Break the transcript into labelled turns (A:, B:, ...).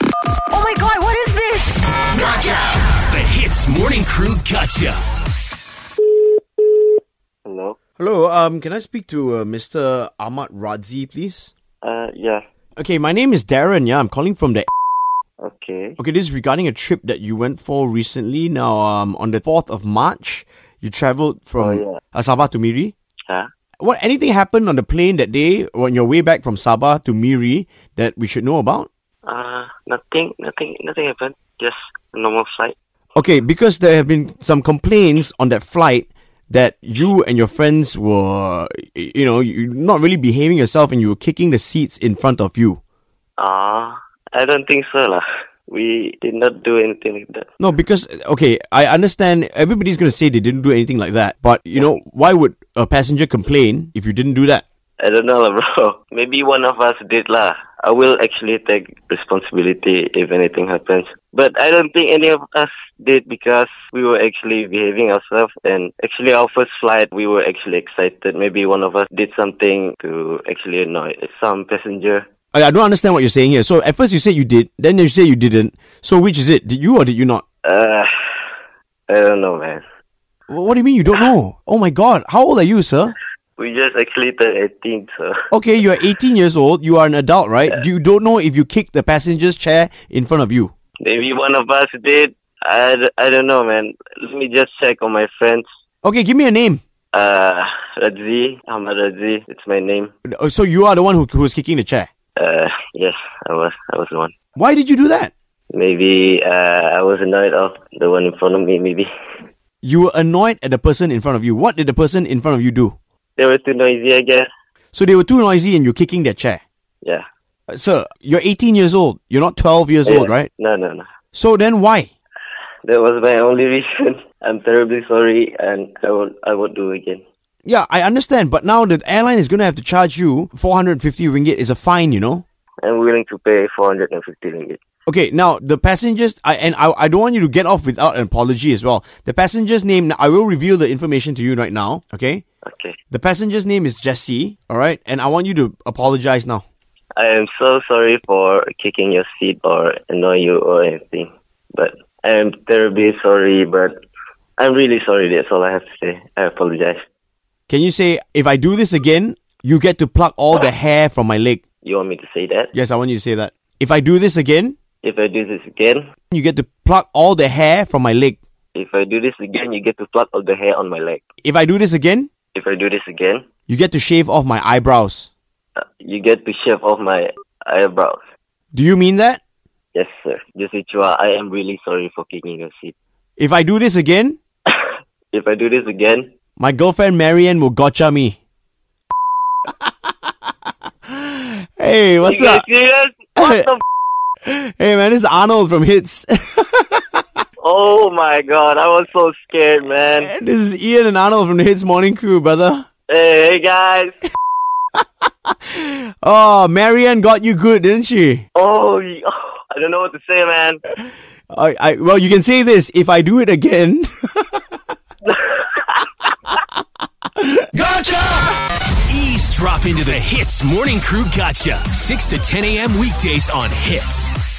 A: Oh my god, what is this?
B: The Hits Morning Crew Gotcha.
C: Hello.
D: Hello, um, can I speak to uh, Mr. Ahmad Radzi, please?
C: Uh, yeah.
D: Okay, my name is Darren. Yeah, I'm calling from the.
C: Okay.
D: Okay, this is regarding a trip that you went for recently. Now, um, on the fourth of March, you traveled from
C: Oh, yeah.
D: uh, Sabah to Miri.
C: Huh?
D: What anything happened on the plane that day on your way back from Sabah to Miri that we should know about?
C: Uh, nothing. Nothing. Nothing happened. Just a normal flight.
D: Okay, because there have been some complaints on that flight that you and your friends were, y- you know, you not really behaving yourself and you were kicking the seats in front of you.
C: Ah, I don't think so, lah. We did not do anything like that.
D: No, because, okay, I understand everybody's going to say they didn't do anything like that, but, you know, why would a passenger complain if you didn't do that?
C: I don't know, lah, bro. Maybe one of us did, lah. I will actually take responsibility if anything happens. But I don't think any of us did because we were actually behaving ourselves. And actually, our first flight, we were actually excited. Maybe one of us did something to actually annoy some passenger.
D: I, I don't understand what you're saying here. So at first you said you did, then you say you didn't. So which is it? Did you or did you not?
C: Uh, I don't know, man.
D: Wh- What do you mean you don't know? Oh my god, how old are you, sir?
C: We just actually turned 18, so
D: Okay, you're 18 years old. You are an adult, right? You don't know if you kicked the passenger's chair in front of you.
C: maybe one of us did. I, d- I don't know, man. Let me just check on my friends.
D: Okay, give me a name.
C: Uh, Radzi, Ahmad Radzi, it's my name.
D: Uh, So you are the one who, who was kicking the chair.
C: Uh, yes, I was, I was the one.
D: Why did you do that?
C: Maybe, uh, I was annoyed of the one in front of me, maybe.
D: You were annoyed at the person in front of you. What did the person in front of you do?
C: They were too noisy, I guess.
D: So they were too noisy and you're kicking their chair.
C: Yeah.
D: Uh, sir, you're 18 years old. You're not 12 years old,
C: Yeah.
D: right?
C: No, no, no.
D: So then why?
C: That was my only reason. I'm terribly sorry and I won't, I won't do again.
D: Yeah, I understand, but now the airline is going to have to charge you 450 ringgit is a fine, you know?
C: I'm willing to pay 450 ringgit.
D: Okay, now the passengers, I, and I, I don't want you to get off without an apology as well. The passenger's name, I will reveal the information to you right now, okay?
C: Okay.
D: The passenger's name is Jesse, all right? And I want you to apologize now.
C: I am so sorry for kicking your seat or annoy you or anything. But I am terribly sorry, but I'm really sorry. That's all I have to say. I apologize.
D: Can you say, if I do this again, you get to pluck all the hair from my leg?
C: You want me to say that?
D: Yes, I want you to say that. If I do this again,
C: If I do this again,
D: you get to pluck all the hair from my leg.
C: if I do this again, you get to pluck all the hair on my leg.
D: If I do this again,
C: If I do this again,
D: you get to shave off my eyebrows.
C: uh, you get to shave off my eyebrows.
D: Do you mean that?
C: Yes, sir. Jesse Chua, I am really sorry for kicking your seat.
D: If I do this again,
C: If I do this again,
D: my girlfriend Marianne will gotcha me. hey, what's
C: you guys
D: up?
C: serious? What the? F-
D: Hey, man, this is Arnold from Hits.
C: oh my god, I was so scared, man.
D: this is Ian and Arnold from the Hits Morning Crew, brother.
C: Hey, hey guys.
D: Oh, Marianne got you good, didn't she?
C: Oh, y- oh, I don't know what to say, man.
D: I, I, well, you can say this if I do it again.
B: Ease drop into the Hits Morning Crew Gotcha. 6 to 10 a.m. weekdays on Hits.